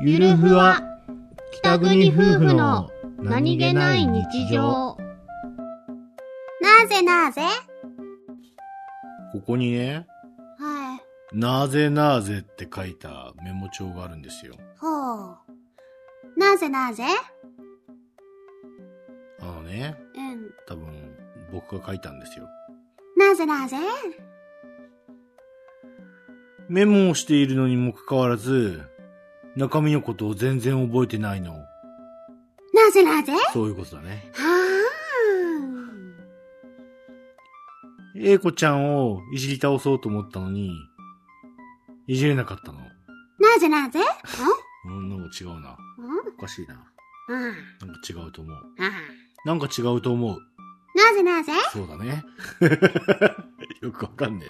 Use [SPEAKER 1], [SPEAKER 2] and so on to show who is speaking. [SPEAKER 1] ゆるふわ北国夫婦の
[SPEAKER 2] なぜなぜ
[SPEAKER 1] ここにね
[SPEAKER 2] はい。
[SPEAKER 1] なぜなぜって書いたメモ帳があるんですよ
[SPEAKER 2] ほう。なぜなぜ
[SPEAKER 1] あのね
[SPEAKER 2] うん。
[SPEAKER 1] 多分僕が書いたんですよ
[SPEAKER 2] なぜなぜ
[SPEAKER 1] メモをしているのにもかかわらず中身のことを全然覚えてないの
[SPEAKER 2] なぜなぜは
[SPEAKER 1] そういうことだね
[SPEAKER 2] あ。
[SPEAKER 1] 英子ちゃんをいじり倒そうと思ったのにいじれなかったの
[SPEAKER 2] なぜなぜん
[SPEAKER 1] うんなんか違うなおかしいな
[SPEAKER 2] うん。
[SPEAKER 1] なんか違うと思う
[SPEAKER 2] ああ。
[SPEAKER 1] なんか違うと思う
[SPEAKER 2] なぜなぜ
[SPEAKER 1] そうだね。よくわかんね